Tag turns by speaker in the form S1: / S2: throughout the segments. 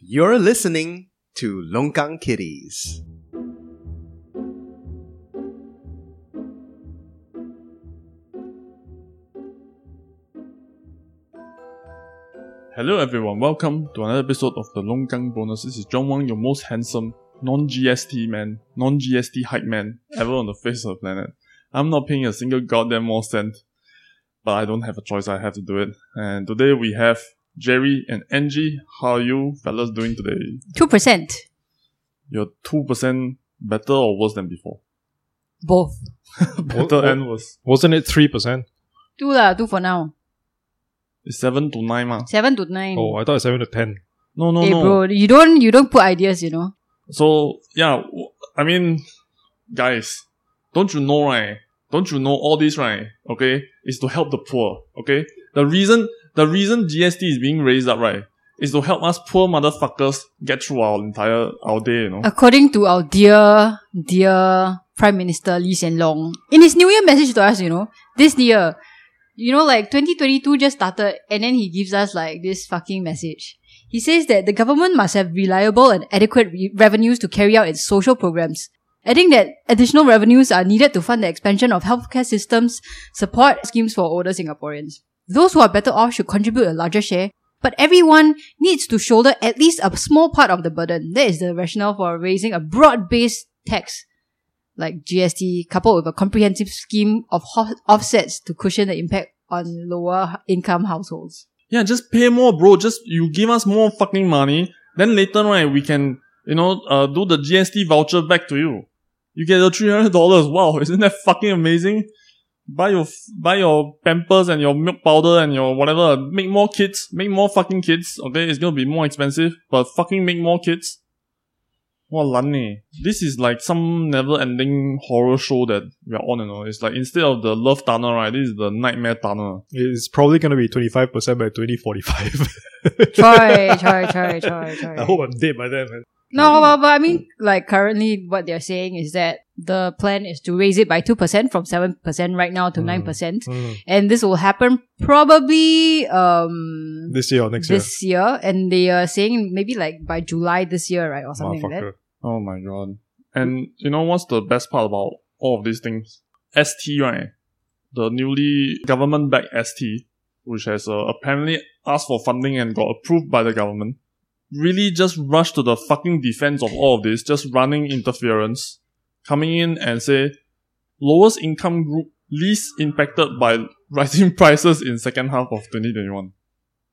S1: You're listening to Longkang Kitties.
S2: Hello everyone, welcome to another episode of the Longgang Bonus. This is John Wang, your most handsome non-GST man, non-GST hype man ever on the face of the planet. I'm not paying a single goddamn more cent, but I don't have a choice, I have to do it. And today we have Jerry and Angie. How are you fellas doing today?
S3: Two percent.
S2: You're 2% better or worse than before?
S3: Both.
S2: better
S4: wo-
S2: and worse.
S4: Wasn't it three percent?
S3: Two lah. Two for now.
S2: It's 7 to 9 ma.
S3: Seven to nine.
S4: Oh, I thought it's seven to ten.
S2: No, no,
S3: hey,
S2: no.
S3: bro, you don't you don't put ideas. You know.
S2: So yeah, w- I mean, guys, don't you know right? Don't you know all this right? Okay, is to help the poor. Okay, the reason the reason GST is being raised up right is to help us poor motherfuckers get through our entire our day. You know,
S3: According to our dear dear Prime Minister Lee Hsien Long, in his New Year message to us, you know, this year, you know, like 2022 just started, and then he gives us like this fucking message. He says that the government must have reliable and adequate re- revenues to carry out its social programs. Adding that additional revenues are needed to fund the expansion of healthcare systems, support schemes for older Singaporeans. Those who are better off should contribute a larger share, but everyone needs to shoulder at least a small part of the burden. That is the rationale for raising a broad-based tax like GST coupled with a comprehensive scheme of ho- offsets to cushion the impact on lower income households.
S2: yeah, just pay more, bro. Just you give us more fucking money, then later right we can you know uh, do the GST voucher back to you. You get the three hundred dollars. Wow, isn't that fucking amazing? Buy your f- buy your Pampers and your milk powder and your whatever. Make more kids. Make more fucking kids. Okay, it's gonna be more expensive, but fucking make more kids. Walan This is like some never-ending horror show that we are on. You know, it's like instead of the love tunnel, right? This is the nightmare tunnel.
S4: It's probably gonna be twenty five percent by twenty forty five.
S3: Try, try, try, try, try.
S4: I hope I'm dead by then, man.
S3: No, but, but I mean, like currently, what they're saying is that the plan is to raise it by two percent from seven percent right now to
S4: Mm.
S3: nine percent, and this will happen probably um
S4: This year or next
S3: this year. And they are saying maybe like by July this year, right, or
S4: year,
S3: something like that.
S4: motherfucker.
S2: Oh my god. And you know what's the best part about all of these things? ST, right? The newly government backed ST, which has uh, apparently asked for funding and got approved by the government, really just rushed to the fucking defense of all of this, just running interference, coming in and say, lowest income group least impacted by rising prices in second half of 2021.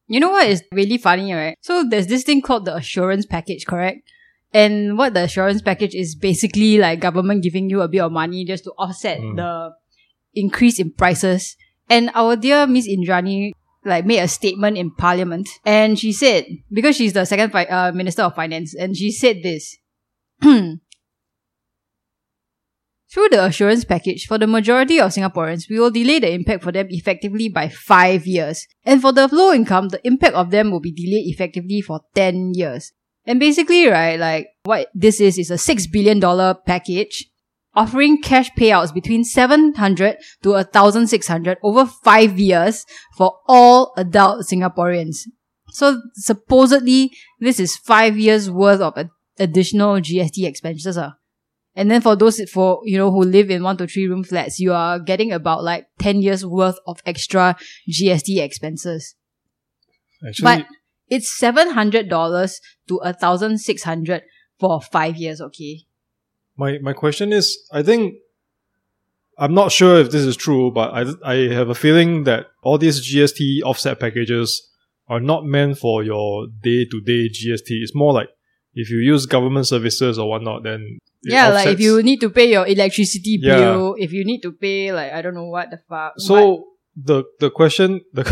S3: You know what is really funny, right? So there's this thing called the assurance package, correct? And what the assurance package is basically like government giving you a bit of money just to offset
S4: Mm.
S3: the increase in prices. And our dear Miss Indrani like made a statement in parliament and she said because she's the second fi- uh, minister of finance and she said this Through the assurance package, for the majority of Singaporeans, we will delay the impact for them effectively by 5 years. And for the low income, the impact of them will be delayed effectively for 10 years. And basically, right, like what this is is a $6 billion package offering cash payouts between 700 to 1600 over 5 years for all adult Singaporeans. So supposedly, this is 5 years worth of ad- additional GST expenses. ah. And then for those for you know who live in one to three room flats, you are getting about like ten years worth of extra GST expenses.
S4: Actually,
S3: but it's seven hundred dollars to a thousand six hundred for five years. Okay,
S4: my my question is, I think I'm not sure if this is true, but I I have a feeling that all these GST offset packages are not meant for your day to day GST. It's more like if you use government services or whatnot, then it
S3: yeah, like if
S4: offsets.
S3: you need to pay your electricity
S4: Yeah.
S3: bill, if you need to pay like I don't know what the fuck. what-
S4: So the the question the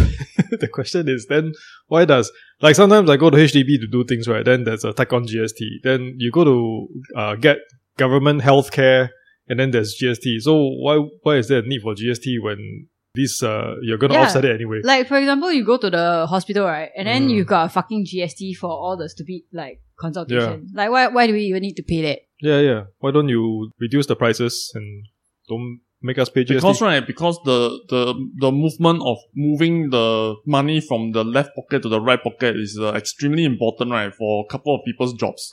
S4: the question is then why does like sometimes I go to HDB to do things right then there's a tack on GST then you go to uh, get government healthcare and then there's GST so why why is there a need for GST when this uh, you're gonna
S3: Yeah.
S4: offset it anyway
S3: like for example, you go to the hospital right, and then
S4: Mm.
S3: you got a fucking GST for all the stupid like consultation. Like why why do we even need to pay that?
S4: yeah yeah why don't you reduce the prices and don't make us pay GST.
S2: Because right, because the, the the movement of moving the money from the left pocket to the right pocket is uh, extremely important, right, for a couple of people's jobs.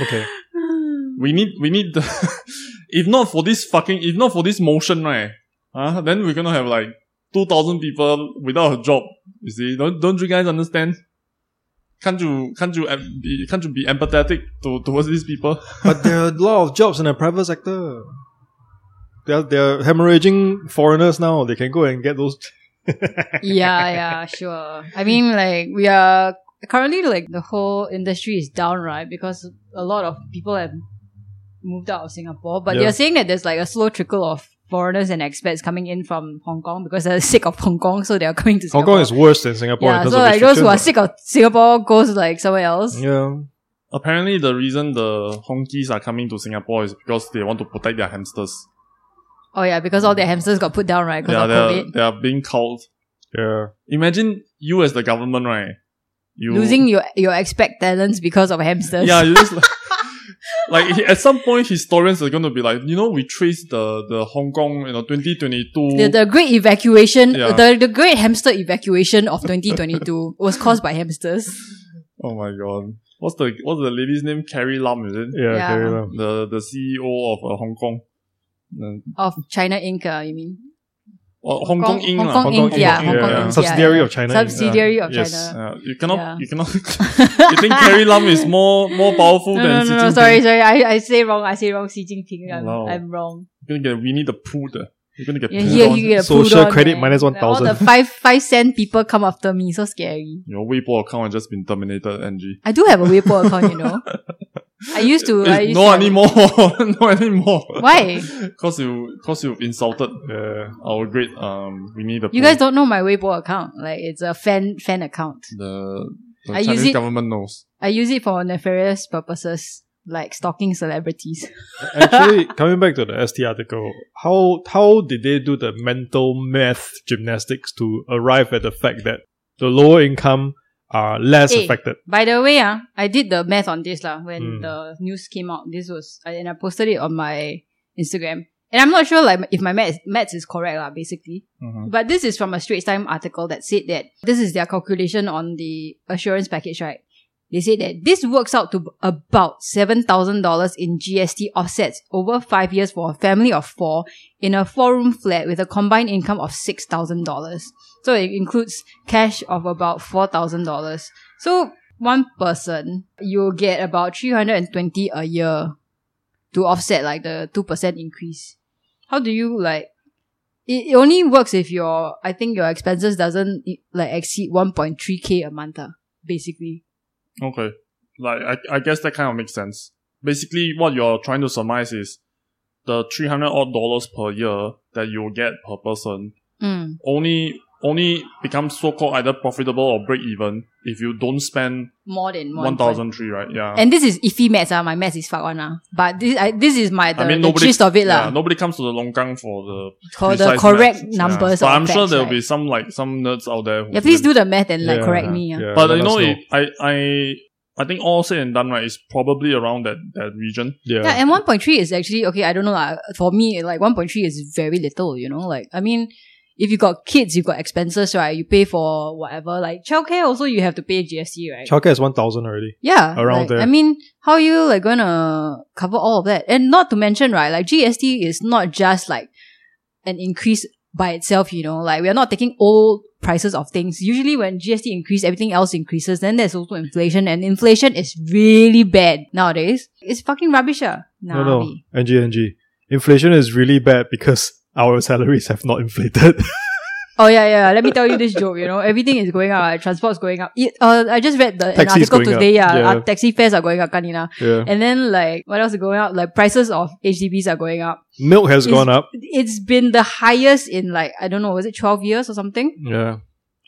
S4: okay.
S2: we need we need the if not for this fucking if not for this motion, right, uh, then we're gonna have like two thousand people without a job. You see, don't don't you guys understand? Can't you can't you em- be, can't you be empathetic to, towards these people?
S4: but there are a lot of jobs in the private sector. They're, they're hemorrhaging foreigners now. They can go and get those.
S3: yeah, yeah, sure. I mean, like we are currently like the whole industry is down, right? Because a lot of people have moved out of Singapore, but
S4: Yeah.
S3: they're saying that there's like a slow trickle of foreigners and expats coming in from Hong Kong because they're sick of Hong Kong, so they're coming to
S4: Hong
S3: Singapore.
S4: Kong is worse than Singapore in
S3: yeah,
S4: terms
S3: so
S4: of
S3: like those who are
S4: restrictions.
S3: sick of Singapore goes like somewhere else.
S4: Yeah.
S2: Apparently, the reason the honkies are coming to Singapore is because they want to protect their hamsters.
S3: Oh yeah, because all their hamsters got put down, right? Because
S2: Yeah,
S3: of
S2: they are,
S3: COVID.
S2: they are being called.
S4: Yeah.
S2: Imagine you as the government, right? You
S3: Losing your your expat talents because of hamsters.
S2: Yeah, you just like, like he- at some point historians are going to be like, you know, we traced the the Hong Kong, you know, 2022.
S3: The, the great evacuation,
S2: Yeah.
S3: the, the great hamster evacuation of 2022 was caused by hamsters.
S2: oh my god, what's the what's the lady's name? Carrie Lam, is it?
S4: Yeah.
S3: Yeah.
S4: carry on.
S2: The the CEO of uh, Hong Kong. Uh,
S3: Of China Inc., uh, you mean?
S2: well, Oh, Hong Kong Inc. lah.
S3: Hong Kong Inc. Yeah,
S4: Inc,
S3: Hong Kong
S4: yeah.
S3: Inc.
S4: Subsidiary
S3: yeah,
S4: of China
S3: yeah.
S4: Inc.
S3: Subsidiary of
S4: Yes.
S3: China.
S2: Yeah, you cannot,
S3: Yeah.
S2: you cannot. you think Carrie Lam is more more powerful
S3: No, no,
S2: than
S3: no,
S2: Xi
S3: no,
S2: Jinping?
S3: sorry, sorry. I, I say wrong. I say wrong. Xi Jinping. I'm,
S2: Wow.
S3: I'm wrong.
S2: You're gonna get Winnie the Pooh. there. You're gonna get
S3: Yeah,
S2: pooed
S3: here
S2: on.
S3: he get
S4: Social
S3: pulled on,
S4: credit
S3: eh.
S4: minus
S3: Like, all
S4: 1,000.
S3: the five five cent people come after me. So scary.
S2: Your Weibo account has just been terminated, NG.
S3: I do have a Weibo account, you know. I used to. I
S2: Eh,
S3: used
S2: no
S3: to-
S2: anymore. no anymore.
S3: Why?
S2: Cause you, cause you've insulted uh,
S4: Yeah.
S2: our great um Winnie the
S3: You
S2: Pooh.
S3: guys don't know my Weibo account. Like it's a fan fan account.
S2: the, the
S3: I use
S2: Chinese
S3: it-
S2: government knows.
S3: I use it for nefarious purposes, like stalking celebrities.
S4: Actually, coming back to the ST article, how how did they do the mental math gymnastics to arrive at the fact that the lower income are less
S3: Eh.
S4: affected?
S3: By the way, ah, I did the math on this lah when
S4: Mm.
S3: the news came out. This was I- and I posted it on my Instagram. And I'm not sure like if my maths, maths is correct lah, basically.
S2: Mhm.
S3: But this is from a Straits Time article that said that this is their calculation on the assurance package, right? They say that this works out to about $7,000 in GST offsets over five years for a family of four in a four room flat with a combined income of $6,000. So it includes cash of about $4,000. So one person, you'll get about 320 a year to offset like the 2% increase. How do you like it, it only works if your I think your expenses doesn't e- like exceed 1.3k a month, ah, basically.
S2: Okay, like I, I guess that kind of makes sense. Basically, what you're trying to surmise is the three hundred odd dollars per year that you'll get per person
S3: Mm.
S2: only only becomes so called either profitable or break even if you don't spend
S3: More than
S2: one
S3: 1.3.
S2: thousand three, right? Yeah.
S3: And this is iffy maths, ah. my maths is fuck one, ah. but this I, this is my the,
S2: I mean,
S3: the
S2: nobody,
S3: gist of it,
S2: yeah,
S3: lah.
S2: nobody comes to the Longkang for the
S3: for the
S2: precise
S3: correct
S2: maths. Yeah.
S3: numbers.
S2: But
S3: or
S2: I'm sure
S3: facts,
S2: there'll
S3: right?
S2: be some like some nerds out there. Who
S3: Yeah, please
S2: will-
S3: do the math and like
S4: Yeah,
S3: correct me. ah.
S2: But
S4: let
S2: you
S4: us
S2: know, it, I I I think all said and done, right, is probably around that that region.
S4: yeah.
S3: Yeah, and 1.3 is actually okay. I don't know. lah. For me, like 1.3 is very little, you know. Like, I mean, if you got kids, you got expenses, right? You pay for whatever. Like, childcare also, you have to pay GST, right?
S4: Childcare is one thousand already.
S3: Yeah.
S4: Around
S3: like,
S4: there.
S3: I mean, how you like gonna cover all of that? And not to mention, right, like GST is not just like an increase by itself, you know, like we are not taking all prices of things. Usually when GST increase, everything else increases, then there's also inflation and inflation is really bad nowadays. It's fucking rubbish. ah.
S4: No, no.
S3: Nabi.
S4: NG, NG. Inflation is really bad because our salaries have not inflated.
S3: Oh yeah, yeah. Let me tell you this joke. You know, everything is going up. like, Transport's going up. It- uh, I just read the an
S4: Taxi is
S3: article
S4: going up.
S3: today. Yeah,
S4: Yeah.
S3: uh, taxi fares are going up, Kanina.
S4: yeah.
S3: And then like what else is going up? Like prices of HDBs are going up.
S4: Milk has
S3: Is-
S4: gone up.
S3: it's been the highest in like I don't know, was it twelve years or something?
S4: Yeah.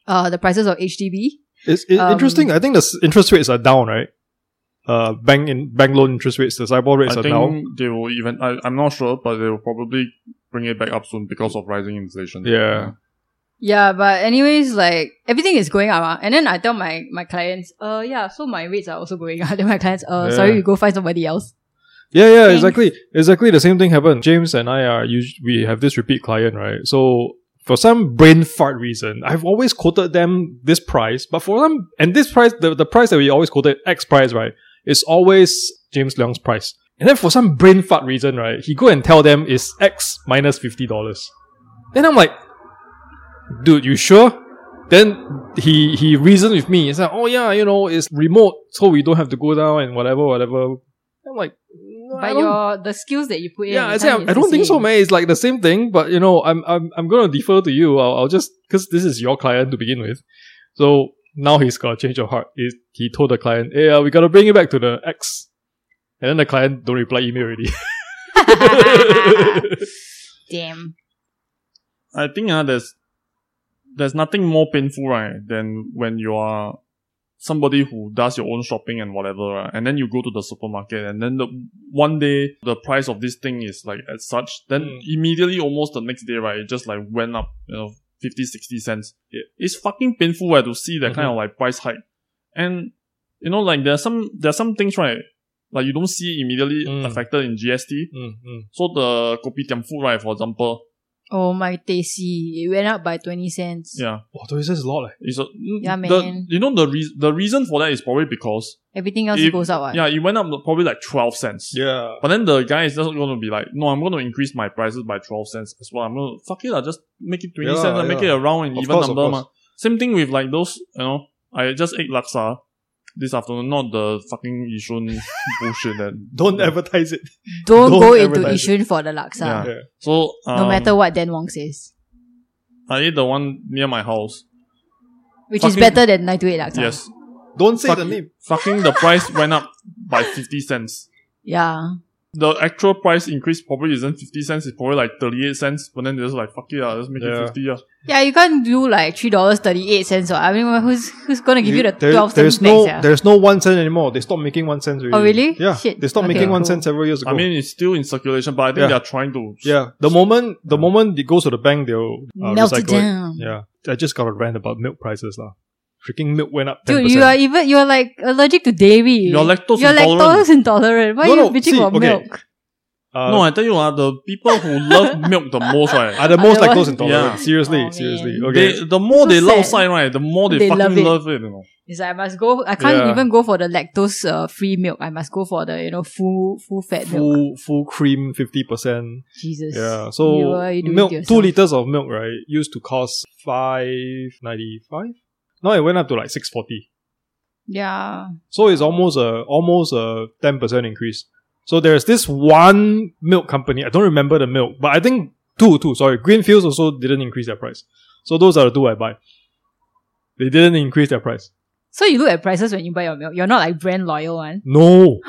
S3: Uh, the prices of HDB.
S4: It's it,
S3: Um,
S4: interesting. I think the s- interest rates are down, right? Uh, bank in bank loan interest rates, the SIBOR rates
S2: I
S4: are down.
S2: think they will even. I, I'm not sure, but they will probably bring it back up soon because of rising inflation.
S4: Yeah.
S3: Yeah, but anyways, like everything is going up, ah. and then I tell my my clients, uh, yeah, so my rates are also going up. then my clients, uh,
S4: Yeah.
S3: sorry, you go find somebody else.
S4: Yeah, yeah,
S3: Thanks.
S4: exactly. Exactly the same thing happened. James and I are us- we have this repeat client, right? So for some brain fart reason, I've always quoted them this price, but for them and this price, the, the price that we always quoted, X price, right? It's always James Leong's price. And then for some brain fart reason, right, he go and tell them it's X minus fifty dollars. Then I'm like, dude, you sure? Then he he reasoned with me. He's like, oh yeah, you know, it's remote, so we don't have to go down and whatever, whatever. I'm like, no, I
S3: But
S4: don't
S3: your the skills that you put in.
S4: yeah, I,
S3: and
S4: say, I,
S3: time is
S4: I don't
S3: the
S4: think so,
S3: same.
S4: man. It's like the same thing, but you know, I'm I'm, I'm gonna defer to you. I'll, I'll just because this is your client to begin with. So now he's got a change of heart. He, he told the client, "Hey, uh, we gotta bring it back to the X," and then the client don't reply email already.
S3: Damn.
S2: I think uh, there's there's nothing more painful right than when you are somebody who does your own shopping and whatever right, and then you go to the supermarket and then the one day the price of this thing is like as such then
S4: Mm.
S2: immediately almost the next day right it just like went up you know 50 60 cents it's fucking painful right, to see that
S4: Mm-hmm.
S2: kind of like price hike and you know like there's some there's some things right like you don't see immediately
S4: Mm.
S2: affected in GST
S4: Mm, mm.
S2: so the kopitiam food right for example
S3: Oh my tasty. It went up by 20 cents.
S2: yeah
S4: Oh, there is just a lot. eh.
S2: It's a, mm,
S3: Yeah,
S2: The,
S3: man.
S2: you know the re- the reason for that is probably because
S3: Everything else
S2: If-
S3: goes up. ah. what?
S2: yeah, it went up probably like twelve cents.
S4: Yeah.
S2: But then the guy is just going to be like, no, I'm going to increase my prices by twelve cents as well. I'm going to fuck it, lah, just make it twenty
S4: Yeah,
S2: cents, lah, make it
S4: yeah.
S2: a round and
S4: Of
S2: even
S4: course, of
S2: number.
S4: course.
S2: mah. Same thing with like those, you know, I just ate laksa this afternoon, not the fucking Yishun bullshit that.
S4: Don't advertise it.
S3: Don't,
S4: Don't
S3: go into
S4: advertise
S3: Ishun for the laksa.
S2: Yeah.
S4: Yeah.
S2: So um,
S3: No matter what Dan Wong says.
S2: I ate the one near my house.
S3: Which is
S2: fucking-
S3: better than 928 laksa.
S2: Yes,
S4: Don't say
S2: Fuck
S4: the
S2: it.
S4: name.
S2: fucking the price went up by fifty cents.
S3: Yeah.
S2: the actual price increase probably isn't 50 cents, it's probably like 38 cents, but then they're just like, fuck it, ah, let's make
S4: Yeah.
S2: it 50 yeah.
S3: Yeah, you can't do like $3.38 or I mean, who's who's going to give you, the
S4: There-
S3: 12
S4: there's
S3: cents
S4: no
S3: back? sia?
S4: there's no one cent anymore. They stopped making one cent. Already.
S3: really?
S4: Yeah,
S3: Shit.
S4: they stopped
S3: Okay,
S4: making one
S3: cool.
S4: cent several years ago.
S2: I mean, it's still in circulation, but I think
S4: Yeah.
S2: they're trying to.
S4: Yeah, the moment the moment it goes to the bank, they'll uh,
S3: Melt it
S4: recycle it.
S3: down.
S4: Yeah, I just got a rant about milk prices lah. Freaking milk went up. 10%.
S3: Dude, you are even you're like allergic to dairy.
S2: You're lactose
S3: You're
S2: intolerant.
S3: lactose intolerant. Why
S4: No,
S3: are you
S4: no,
S3: bitching
S4: see,
S3: about
S4: okay.
S3: milk?
S4: uh,
S2: No, I tell you, uh, the people who love milk the most,
S4: are
S2: right?
S4: the most
S3: I don't
S4: lactose
S3: want-
S4: intolerant.
S2: Yeah.
S4: Seriously,
S3: Oh,
S4: seriously.
S3: man.
S4: Okay,
S2: They, the more
S3: So
S2: they love
S3: sad.
S2: side, right, the more they,
S3: They
S2: fucking
S3: love it.
S2: love it, you know.
S3: It's like I must go. I can't
S4: Yeah.
S3: even go for the lactose uh, free milk. I must go for the you know full full fat milk.
S4: full full cream fifty percent.
S3: Jesus.
S4: Yeah, so
S3: You are- you do it
S4: milk
S3: yourself.
S4: two liters of milk right used to cost five ninety five. Now it went up to like six forty.
S3: Yeah.
S4: So it's almost a almost a ten percent increase. So there's this one milk company. I don't remember the milk, but I think two two. Sorry, Greenfields also didn't increase their price. So those are the two I buy. They didn't increase their price.
S3: So you look at prices when you buy your milk. You're not like brand loyal one.
S4: No,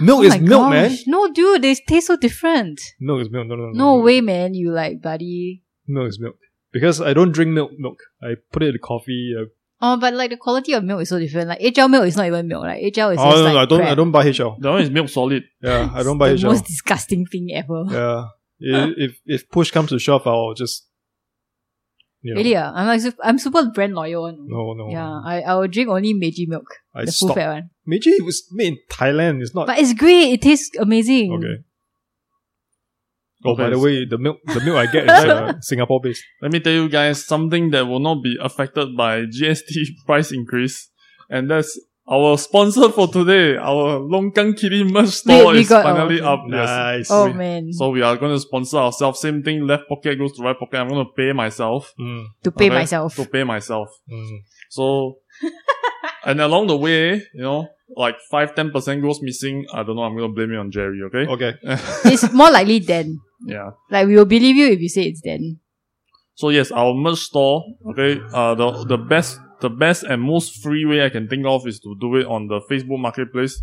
S3: milk
S4: is milk, man.
S3: No, dude, they taste so different.
S4: milk is milk. No, no, no.
S3: No way, man. You like bloody.
S4: Milk is milk because I don't drink milk. Milk. I put it in coffee. I,
S3: Oh, but like the quality of milk is so different. Like HL milk is not even milk. Like HL is
S4: oh,
S3: just
S4: no, no,
S3: like
S4: I don't. I
S3: crap.
S4: don't buy HL.
S2: That one is milk solid.
S4: Yeah, I don't buy
S3: It's the
S4: HL.
S3: most disgusting thing ever.
S4: Yeah. I- if if push comes to shove, I'll just. You know,
S3: Really, ah, I'm like sup- I'm super brand loyal. One.
S4: No, no.
S3: Yeah, I, I will drink only Meiji milk,
S4: I
S3: the full
S4: stopped.
S3: fat one.
S4: Meiji it was made in Thailand. It's not
S3: But it's great. It tastes amazing.
S4: Okay. Oh,
S2: Okay,
S4: by the
S2: it's-
S4: way, the milk the milk I get is uh, Singapore based.
S2: Let me tell you guys something that will not be affected by GST price increase. And that's our sponsor for today. Our Longkang Kitty merch store
S3: we
S2: is
S3: got- oh,
S2: finally
S3: okay.
S2: up. Yes.
S4: Nice.
S3: Oh man,
S2: So we are going to sponsor ourselves. Same thing, left pocket goes to right pocket. I'm going to pay myself.
S4: Mm,
S3: to pay
S2: okay,
S3: myself.
S2: To pay myself.
S4: mm.
S2: So, and along the way, you know, like 5 10% goes missing. I don't know. I'm going to blame it on Jerry, okay?
S4: Okay.
S3: it's more likely then.
S2: yeah.
S3: Like we will believe you if you say it's then.
S2: So, yes, our merch store, okay, uh, the, the best. The best and most free way I can think of is to do it on the Facebook Marketplace.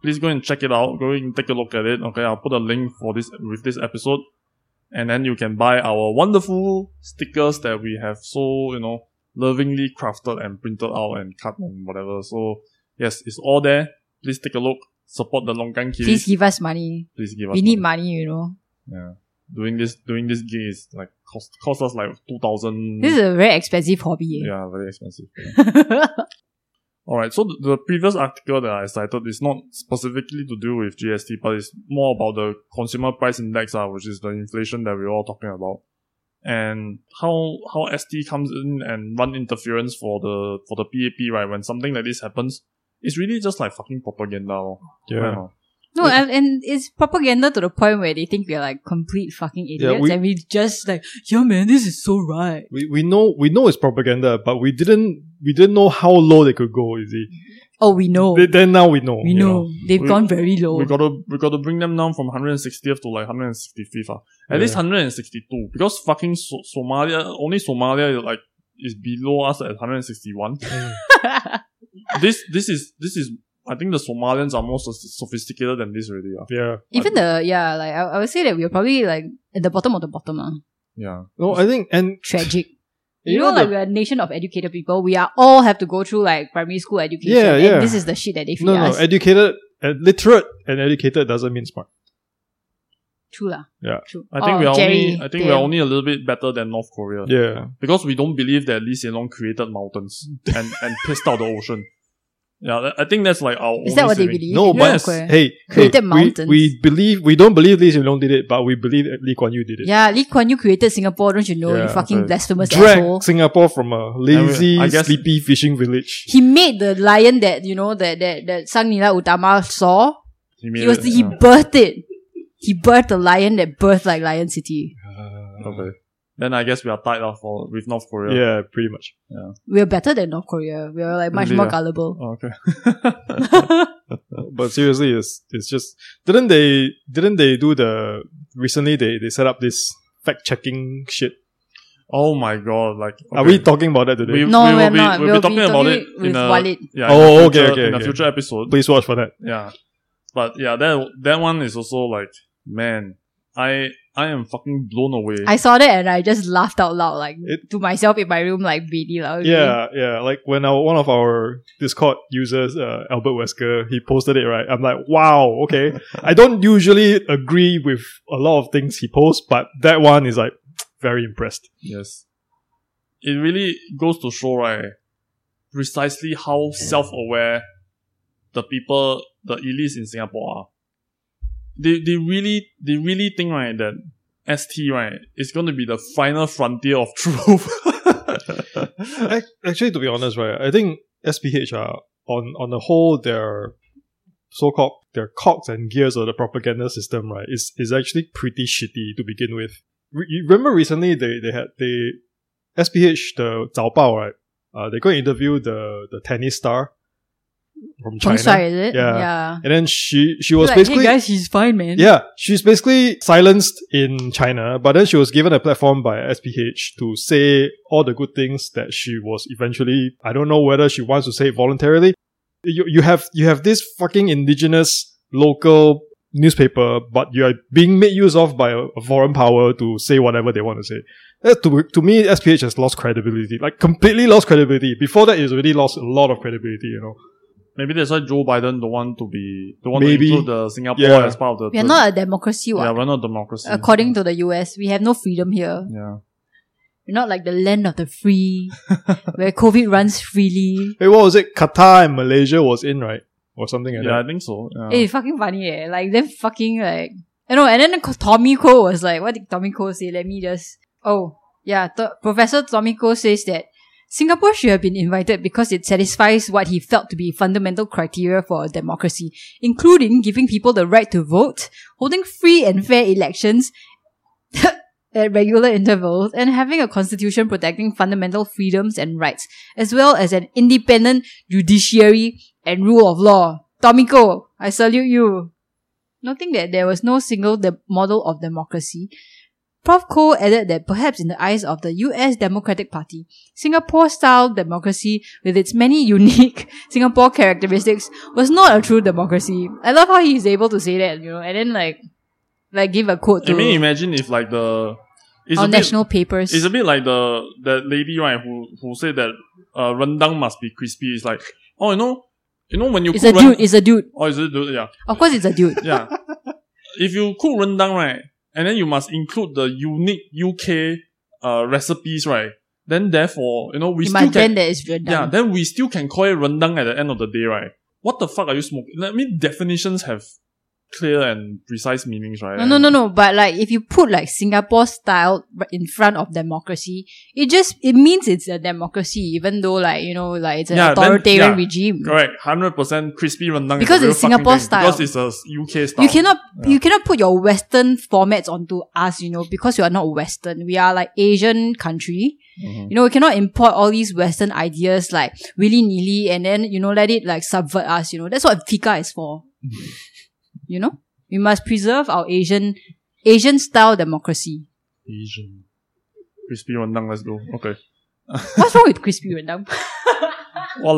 S2: Please go and check it out. Go and take a look at it. Okay, I'll put a link for this with this episode, and then you can buy our wonderful stickers that we have so you know lovingly crafted and printed out and cut and whatever. So yes, it's all there. Please take a look. Support the Longkang Kids.
S3: Please give us money.
S2: please give us.
S3: We need
S2: money.
S3: money, you know.
S2: doing this. Doing this gig is like cost cost
S4: Mm.
S2: us like two thousand.
S3: This is a very expensive hobby. eh.
S2: yeah, very expensive. All right. So the, the previous article that I cited is not specifically to do with GST, but it's more about the consumer price index, uh, which is the inflation that we we're all talking about, and how how ST comes in and run interference for the for the PAP, right? When something like this happens, it's really just like fucking propaganda. oh. lor. Right,
S4: Yeah.
S2: lor.
S3: No, and, and it's propaganda to the point where they think we're like complete fucking idiots,
S4: Yeah, we-
S3: and we just like, yeah, man, this is so right.
S4: We, we know we know it's propaganda, but we didn't we didn't know how low they could go. You see,
S3: Oh, we know,
S4: Th- then now we know.
S3: we
S4: you
S3: know, they've
S2: We-
S3: gone very low.
S2: We gotta we gotta bring them down from 160th to like 165th. ah. At least
S4: Yeah.
S2: 162 because fucking so- Somalia only Somalia is like is below us at 161.
S4: Mm,
S2: this this is this is I think the Somalians are more sos- sophisticated than this already. ah.
S4: Yeah.
S3: Even the yeah, like I, I would say that we are probably like at the bottom of the bottom. Uh.
S2: Yeah.
S4: No, I think and
S3: Tragic.
S4: You
S3: You, know,
S4: know
S3: like we're a nation of educated people. We are all have to go through like primary school education.
S4: Yeah, yeah.
S3: And this is the shit that they feed
S4: no, no,
S3: us.
S4: educated, and literate, and educated doesn't mean smart.
S3: True lah.
S4: Yeah.
S3: True.
S2: I think
S3: Oh,
S2: we are
S3: Jerry,
S2: only I think we
S3: damn.
S2: are only a little bit better than North Korea
S4: Yeah,
S2: because we don't believe that Lee Hsien Loong created mountains and and pissed out the ocean. Yeah, that- I think that's like our.
S3: Is that
S2: only
S3: what they
S2: saving-
S3: believe?
S4: no,
S3: in
S4: but
S3: North Korea?
S4: hey, hey
S3: Created
S4: we-
S3: mountains.
S4: We, believe we don't believe Lee Hsien Loong did it, but we believe that Lee Kuan Yew did it.
S3: Yeah, Lee Kuan Yew created Singapore, don't you know? you
S4: Yeah,
S3: fucking
S2: right.
S3: blasphemous
S4: Drag
S3: asshole.
S4: Singapore from a lazy,
S2: I guess-
S4: sleepy fishing village.
S3: He made the lion that, you know, that that, that Sang Nila Utama saw.
S2: He, made
S3: He was
S2: it,
S3: he
S2: yeah.
S3: birthed it. He birthed the lion that birthed like Lion City.
S2: Okay. Then I guess we are tied off for, with North Korea.
S4: Yeah, pretty much.
S3: We're better than North Korea. We're like much
S2: Really,
S3: more
S2: ah?
S3: gullible.
S2: Oh, okay.
S4: But seriously, it's it's just didn't they didn't they do the recently they they set up this fact checking shit?
S2: Oh my god! Like,
S4: Are
S2: okay.
S4: we talking about that today?
S2: We,
S3: No,
S2: we will
S3: we're
S2: be,
S3: not.
S2: We'll,
S3: We'll
S2: be talking
S3: be
S2: about
S3: talking
S2: it in
S3: with
S2: a
S3: Walid.
S2: yeah.
S4: Oh,
S2: in a
S4: okay,
S2: future-
S4: okay,
S2: In a
S4: okay.
S2: future episode.
S4: Please watch for that.
S2: Yeah, but yeah, that that one is also like, man, I I am fucking blown away.
S3: I saw that and I just laughed out loud, like
S4: It-
S3: to myself in my room, like really loudly.
S4: Yeah, yeah. Like when our one of our Discord users, uh, Albert Wesker, he posted it right. I'm like, wow, okay. I don't usually agree with a lot of things he posts, but that one is like very impressed.
S2: yes, it really goes to show right, precisely how self aware the people, the elites in Singapore are. They they really they really think right that ST right is going to be the final frontier of truth.
S4: Ac- Actually, to be honest, right, I think SPH are on on the whole their so-called their cogs and gears of the propaganda system, right, is is actually pretty shitty to begin with. Re- you remember recently they they had they SPH the Zhao Bao, right? Uh, they go and interview the the tennis star from
S3: Peng
S4: China,
S3: Shuai, is it?
S4: Yeah.
S3: yeah.
S4: and then she she was
S3: like,
S4: basically
S3: hey guys, he's fine, man.
S4: yeah, she's basically silenced in China, but then she was given a platform by SPH to say all the good things that she was eventually. I don't know whether she wants to say it voluntarily. You you have you have this fucking indigenous local newspaper, but you are being made use of by a, a foreign power to say whatever they want to say. That to to me, SPH has lost credibility, like completely lost credibility. Before that, it's already lost a lot of credibility. You know,
S2: Maybe that's why Joe Biden don't want to be don't want
S4: Maybe.
S2: to include the Singapore
S4: Yeah.
S2: as part of the.
S3: We are
S2: the-
S3: not a democracy,
S2: yeah,
S3: what?
S2: we're not democracy.
S3: According to the US, we have no freedom here.
S2: yeah,
S3: We're not like the land of the free, where COVID runs freely.
S4: hey, what was it? Qatar and Malaysia was in right or something like
S2: yeah,
S4: that.
S2: I think so. Yeah.
S3: Hey, fucking funny, eh? Like, then fucking, like, you know, and then Co- Tommy Koh was like, what did Tommy Koh say? Let me just, oh, yeah, th- Professor Tommy Koh says that Singapore should have been invited because it satisfies what he felt to be fundamental criteria for a democracy, including giving people the right to vote, holding free and fair elections, at regular intervals and having a constitution protecting fundamental freedoms and rights, as well as an independent judiciary and rule of law. Tomiko, I salute you. Noting that there was no single de- model of democracy, Prof. Cole added that perhaps in the eyes of the US Democratic Party, Singapore style democracy with its many unique Singapore characteristics was not a true democracy. I love how he's able to say that, you know, and then like, like give a quote
S2: I
S3: to
S2: mean, imagine if like the it's
S3: our
S2: a bit,
S3: national papers.
S2: It's a bit like the that lady right who who said that uh, rendang must be crispy. It's like oh you know you know when you
S3: It's a
S2: cook
S3: dude.
S2: ren-
S3: It's a dude.
S2: oh is it yeah
S3: Of course, it's a dude.
S2: yeah if you cook rendang right and then you must include the unique UK uh recipes right then therefore, you know, we
S3: you
S2: still
S3: might
S2: can,
S3: then there is rendang.
S2: yeah, then we still can call it rendang at the end of the day, right? What the fuck are you smoking? I mean, definitions have clear and precise meanings, right?
S3: No, no, no, no. But like, if you put like Singapore style r- in front of democracy, it just it means it's a democracy, even though like you know like it's an
S2: Yeah, then-
S3: authoritarian
S2: yeah.
S3: regime.
S2: Correct, hundred percent crispy rendang. is
S3: Because
S2: a real
S3: it's Singapore
S2: fucking thing,
S3: style.
S2: Because it's a UK style.
S3: You cannot you cannot put your Western formats onto us, you know, because we are not Western. We are like Asian country.
S2: Mhm.
S3: You know, we cannot import all these Western ideas like willy nilly and then you know let it like subvert us. You know, that's what Fika is for.
S2: Mm-hmm.
S3: you know, we must preserve our Asian Asian style democracy.
S2: Asian crispy rendang. Let's go. Okay.
S3: What's wrong with crispy rendang?
S2: Well,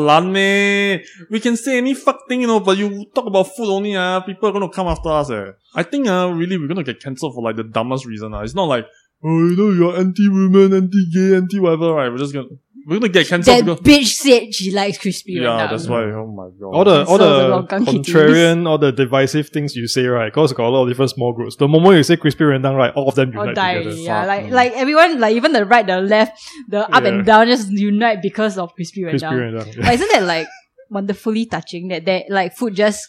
S2: we can say any fuck thing, you know, but you talk about food only, uh, people are gonna come after us, eh. I think, uh, really, we're gonna get cancelled for like the dumbest reason, uh. It's not like, oh, you know, you're anti-women, anti-gay, anti-whatever, right? We're just gonna, we're gonna get
S3: that
S2: cancelled because,
S3: bitch said she likes crispy
S2: yeah,
S3: rendang.
S2: that's why, oh my god.
S4: all the
S3: So
S4: all
S3: the
S4: the
S3: longkang kitties.
S4: contrarian, all the divisive things you say, right? Because got a lot of different small groups. The moment you say crispy rendang, right, all of them
S3: Or
S4: unite
S3: die,
S4: together.
S3: yeah.
S2: Fuck,
S3: Like,
S2: man.
S3: like everyone, like even the right, the left, the up
S4: Yeah.
S3: and down just unite because of crispy rendang.
S4: Crispy rendang. yeah.
S3: But isn't that like wonderfully touching that that like food just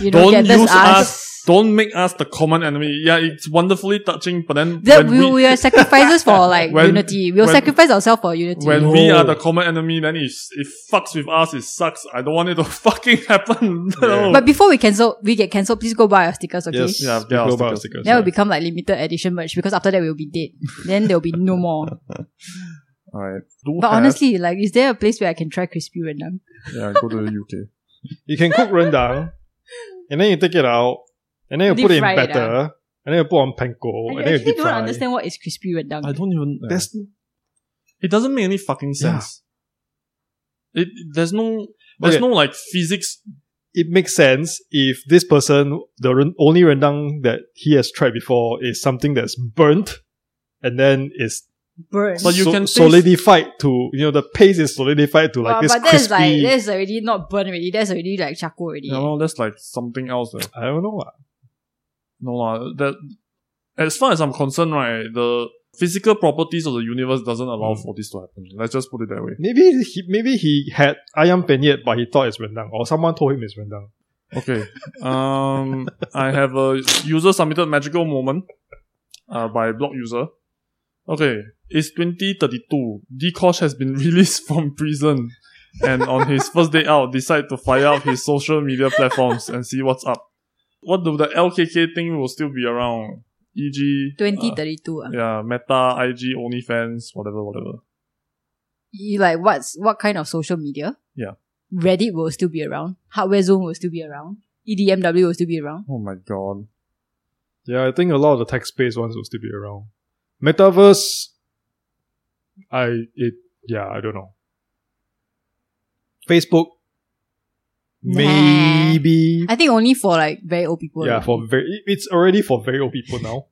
S3: you know
S2: Don't
S3: gathers
S2: use us.
S3: us.
S2: Don't make us the common enemy. Yeah, it's wonderfully touching, but then,
S3: That
S2: when
S3: we, we are sacrifices for like
S2: When-
S3: unity. We'll
S2: when-
S3: sacrifice ourselves for unity.
S2: when we
S4: No.
S2: are the common enemy, then it's, it fucks with us, it sucks. I don't want it to fucking happen. No.
S3: but before we cancel, we get cancelled. Please go buy our stickers, okay?
S4: Yes,
S2: Yeah,
S4: we
S2: there are
S4: go buy our
S2: stickers.
S4: stickers,
S3: Then
S4: yeah.
S3: will become like limited edition merch because after that we'll be dead. then there'll be no more.
S2: Alright. Do
S3: But
S2: have-
S3: honestly, like, is there a place where I can try crispy rendang?
S2: Yeah, go to the UK.
S4: You can cook rendang, and then you take it out, and then you
S3: Deep
S4: put it in
S3: fry it,
S4: batter, and then you put on panko,
S3: I
S4: and then you
S3: actually
S4: deep
S3: don't
S4: fry.
S3: understand what is crispy rendang.
S2: I don't even.
S4: That's
S2: it doesn't make any fucking sense. It there's no there's
S4: Okay.
S2: no like physics.
S4: it makes sense if this person, the ren- only rendang that he has tried before is something that's burnt and then is
S3: Burn.
S2: But you
S4: so-
S2: can taste-
S4: solidified to, you know, the paste is solidified to like
S3: Wow,
S4: this
S3: but that's
S4: crispy.
S3: like that's already not burn already. That's already like charcoal already.
S2: You know, that's like something else. eh.
S4: I don't know. ah.
S2: No lah, that as far as I'm concerned, right, the physical properties of the universe doesn't allow for this to happen. Let's just put it that way.
S4: Maybe he, maybe he had ayam penyet, but he thought it's rendang, or someone told him it's rendang.
S2: Okay. um, I have a user submitted magical moment, uh, by block user. Okay, it's 2032. Dikosh has been released from prison, and on his first day out, decide to fire up his social media platforms and see what's up. What do the LKK thing will still be around? E.g.
S3: Twenty ah.
S2: uh,
S3: thirty two.
S2: yeah, Meta, IG, OnlyFans, whatever, whatever.
S3: You like what's what kind of social media?
S2: Yeah.
S3: Reddit will still be around. Hardware Zone will still be around. E EDMW will still be around.
S2: Oh my god.
S4: Yeah, I think a lot of the text based ones will still be around. Metaverse, I it yeah, I don't know. Facebook,
S3: Nah.
S4: maybe
S3: I think only for like very old people.
S4: yeah
S3: right?
S4: for very it- it's already for very old people now.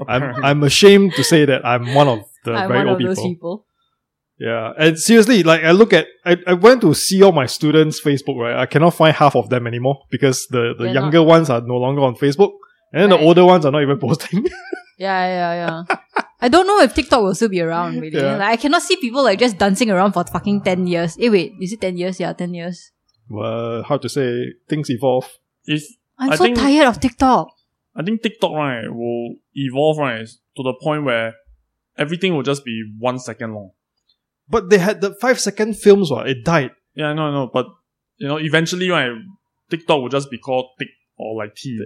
S4: I'm
S2: Apparently.
S4: I'm ashamed to say that I'm one of the
S3: I'm
S4: very
S3: one
S4: old
S3: of
S4: people.
S3: those people.
S4: Yeah, and seriously, like I look at I, I went to see all my students' Facebook right. I cannot find half of them anymore because the the
S3: They're not-
S4: younger ones are no longer on Facebook, and then
S3: Right.
S4: the older ones are not even posting.
S3: Yeah, yeah, yeah. I don't know if TikTok will still be around really.
S4: Yeah.
S3: Like I cannot see people like just dancing around for fucking ten years. Eh wait, is it ten years? Yeah, ten years.
S4: well, hard to say. Things evolve.
S2: If
S3: I'm
S2: I
S3: so
S2: think-
S3: tired of TikTok.
S2: I think TikTok right will evolve right to the point where everything will just be one second long.
S4: But they had the five second films, what it died.
S2: Yeah, I know, I know, but you know, eventually right, TikTok will just be called Tik or like T.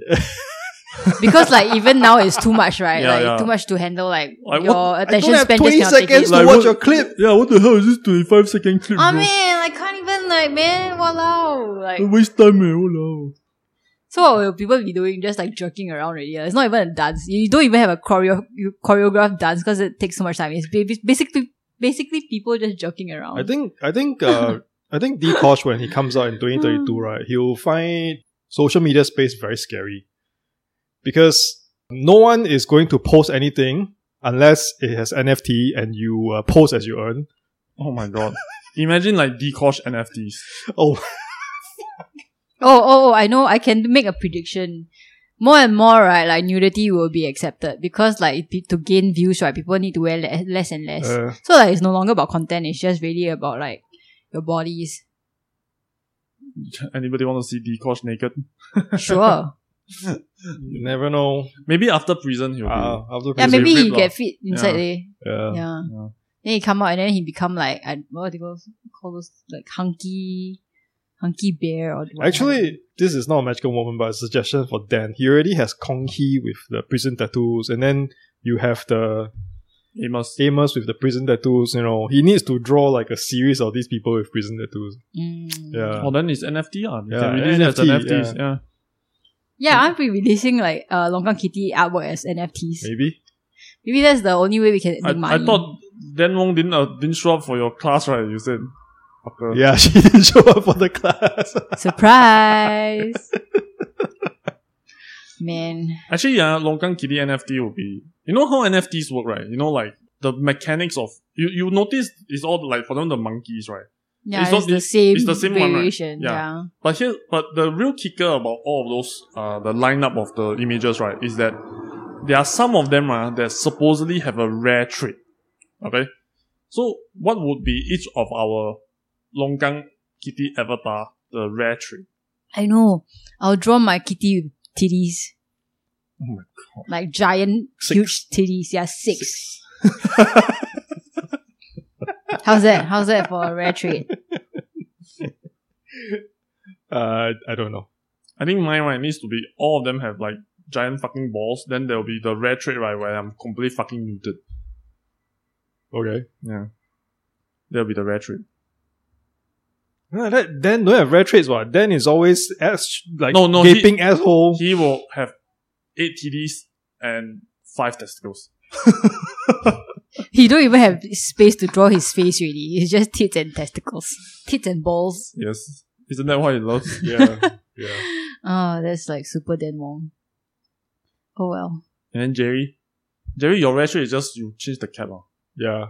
S3: because like even now it's too much, right?
S2: Yeah,
S3: like
S2: yeah.
S3: too much to handle. Like
S2: Like,
S3: your
S2: what-
S3: attention span just cannot take it.
S2: Like, what-
S4: clip.
S2: yeah, what the hell is this twenty five second clip?
S3: Oh man, I can't even like man, walao. Like
S2: waste time, man. Oh,
S3: so what will people be doing? Just like jerking around already. yeah? It's not even a dance. You don't even have a choreo you choreographed dance because it takes so much time. It's ba- basically basically people just jerking around.
S4: I think I think uh, I think Dikosh when he comes out in
S3: Hmm.
S4: 2032, right, he'll find social media space very scary because no one is going to post anything unless it has NFT and you uh, post as you earn.
S2: oh my god. Imagine like Dcosh NFTs.
S4: Oh,
S3: Oh oh oh! I know. I can make a prediction. more and more, right, like nudity will be accepted because, like, pe- to gain views, right, people need to wear le- less and less.
S4: Uh,
S3: so, like, it's no longer about content, it's just really about, like, your bodies.
S2: Anybody want to see Dikosh naked?
S3: Sure.
S4: you never know.
S2: Maybe after prison he'll
S4: Uh, after
S3: yeah,
S2: It's
S3: maybe
S2: a
S3: he
S2: rip
S3: get
S2: lah.
S3: fit inside
S2: Yeah.
S3: there.
S4: yeah.
S3: Yeah.
S2: Yeah.
S3: Then he come out and then he become like, I, what do they call, call those, like, hunky, hunky bear or what
S4: Actually, this is not a magical moment, but a suggestion for Dan. He already has Kong Hee with the prison tattoos, and then you have the
S2: be. He must.
S4: Amos with the prison tattoos. You know, he needs to draw like a series of these people with prison tattoos.
S3: Mm.
S4: Yeah,
S2: Oh, then it's NFT. Ah. You
S4: Yeah,
S2: can release it as
S4: NFT,
S2: NFTs. Yeah.
S3: Yeah, aren't we releasing like uh Longkang Kitty artwork as NFTs? Maybe,
S4: maybe.
S3: that's the only way we can make
S2: I, I
S3: money.
S2: thought Dan Wong didn't, uh, didn't show up for your class, right? You said. Fucker.
S4: Yeah, she didn't show up for the class.
S3: Surprise. Man.
S2: Actually, yeah, Longkang Kitty NFT will be. You know how NFTs work, right? You know, like the mechanics of you. You notice it's all like for them the monkeys, right?
S3: Yeah,
S2: It's
S3: it's,
S2: not-
S3: the same
S2: it's the same one, right?
S3: variation.
S2: Yeah.
S3: Yeah.
S2: But here, but the real kicker about all of those, uh, the lineup of the images, right, is that there are some of them uh, that supposedly have a rare trait. Okay, so what would be each of our Longgang Kitty avatar the rare trait?
S3: I know. I'll draw my kitty with titties.
S2: Oh my
S3: god. Like giant
S2: Six.
S3: huge titties. Yeah, six. How's that? How's that for a rare trait?
S4: Uh, I don't know.
S2: I think mine right needs to be all of them have like giant fucking balls. Then there will be the rare trait right where I'm completely fucking muted.
S4: Okay.
S2: Yeah, there'll be the rare trait.
S4: No, that, Dan don't have red traits. What Dan is always ass, like
S2: No, no,
S4: gaping asshole.
S2: He will have eight TDs and five testicles.
S3: He don't even have space to draw his face really. It's just tits and testicles. Tits and balls.
S2: Yes. Isn't that why he loves?
S4: yeah, yeah.
S3: Oh, that's like super Dan Wong. Oh well.
S2: And then Jerry. Jerry, your ratio is just you change the cap. ah.
S4: Yeah.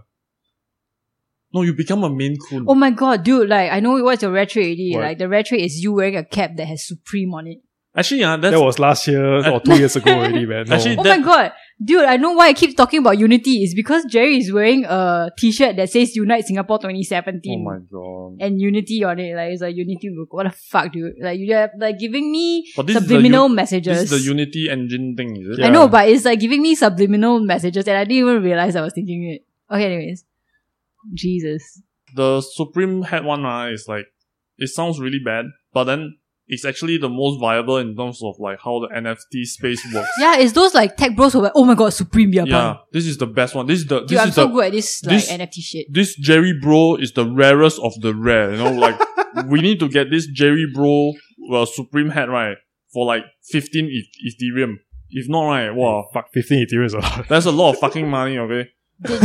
S2: No, you become a main coon.
S3: Oh my god, dude, like I know what's your retro already.
S4: What?
S3: Like the retro is you wearing a cap that has Supreme on it.
S2: actually, yeah, that's
S4: That was last year or two years ago already, man. No.
S2: Actually-
S3: Oh
S2: That-
S3: my god. Dude, I know why I keep talking about unity is because Jerry is wearing a t-shirt that says Unite Singapore
S2: oh
S3: 2017
S2: my god.
S3: and unity on it. Like it's a unity look. What the fuck, dude? Like you have like giving me
S2: But this is the
S3: subliminal
S2: This
S3: messages.
S2: is the Unity engine thing, is it?
S4: Yeah.
S3: I know, but it's like giving me subliminal messages and I didn't even realize I was thinking it. Okay, anyways. Jesus.
S2: The Supreme Head one ah, is like it sounds really bad, but then it's actually the most viable in terms of like how the NFT space works.
S3: Yeah, it's those like tech bros who are like, oh my god, Supreme yeah,
S2: Yeah,
S3: bun.
S2: This is the best one. This is the this
S3: Dude, I'm
S2: is
S3: so
S2: the
S3: good at this like
S2: this-
S3: NFT shit.
S2: this Jerry Bro is the rarest of the rare. You know, like we need to get this Jerry Bro uh, Supreme Head right for like fifteen E- Ethereum. If not, right, wow,
S4: fuck, fifteen Ethereum is ah. a lot.
S2: that's a lot of fucking money. Okay,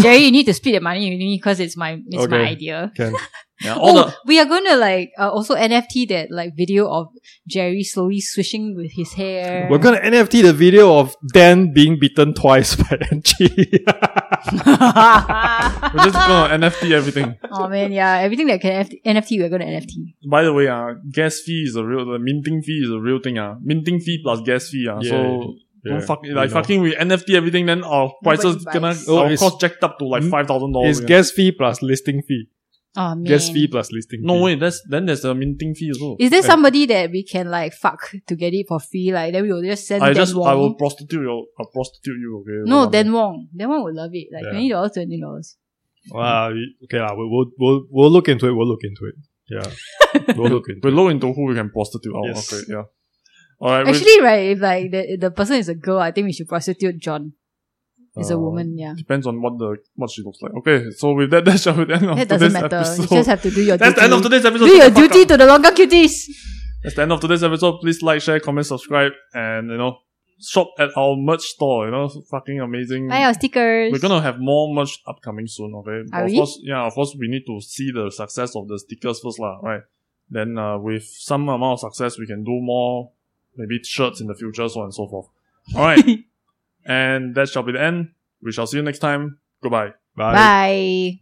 S3: Jerry, you need to split the money with me because it's my it's my
S4: Okay.
S3: idea.
S4: Can
S2: yeah, all
S3: oh,
S2: the
S3: we are gonna like uh, also NFT that like video of Jerry slowly swishing with his hair.
S4: We're gonna NFT the video of Dan being beaten twice by Angie.
S2: we're just gonna NFT everything.
S3: oh man, yeah, everything that can F- NFT, we're gonna NFT.
S2: By the way, uh, gas fee is a real the minting fee is a real thing. Uh. minting fee plus gas fee. Uh.
S4: Yeah,
S2: so
S4: yeah,
S2: don't fuck
S4: you
S2: like
S4: know.
S2: fucking we NFT everything. Then our prices
S3: buys.
S2: gonna
S4: Oh,
S2: our
S4: it's-
S2: cost jacked up to like
S4: Hmm?
S2: five thousand dollars.
S4: it's gas fee plus listing fee.
S3: Oh man.
S4: Gas fee plus listing.
S2: No
S4: fee.
S2: way. That's then there's a minting fee as well.
S3: Is there somebody that we can like fuck to get it for free? Like then we will just send
S2: I
S3: Dan
S2: just
S3: Wong.
S2: I will prostitute you. I'll prostitute you. Okay.
S3: no,
S2: Hold on.
S3: Dan Wong. Dan Wong would love it. Like
S4: Yeah.
S3: twenty dollars, twenty dollars.
S4: Wow. we- uh, Okay, lah. We'll, we'll we'll we'll look into it. We'll look into it. Yeah. we'll look into
S2: we
S4: it.
S2: look into who we can prostitute. out.
S4: Yes.
S2: Okay. Yeah. All right. we-
S3: Actually, right, if like the, the person is a girl, I think we should prostitute John. It's a
S2: Uh,
S3: woman, yeah.
S2: Depends on what the what she looks like. Okay. So with that, that shall be the end of
S3: That
S2: today's
S3: doesn't matter. You
S2: Oh, episode.
S3: just have to do your
S2: that's the
S3: duty.
S2: end of today's episode.
S3: do your
S2: Shut the fuck
S3: duty
S2: up.
S3: to the longer cuties.
S2: That's the end of today's episode. Please like, share, comment, subscribe, and you know, shop at our merch store. You know, fucking amazing.
S3: Buy our stickers.
S2: We're gonna have more merch upcoming soon. Okay.
S3: Are
S2: of
S3: we?
S2: course, yeah. Of course, we need to see the success of the stickers first, lah. Right. Then uh, with some amount of success, we can do more, maybe shirts in the future, so on and so forth. All right. and that shall be the end. We shall see you next time. Goodbye.
S3: Bye.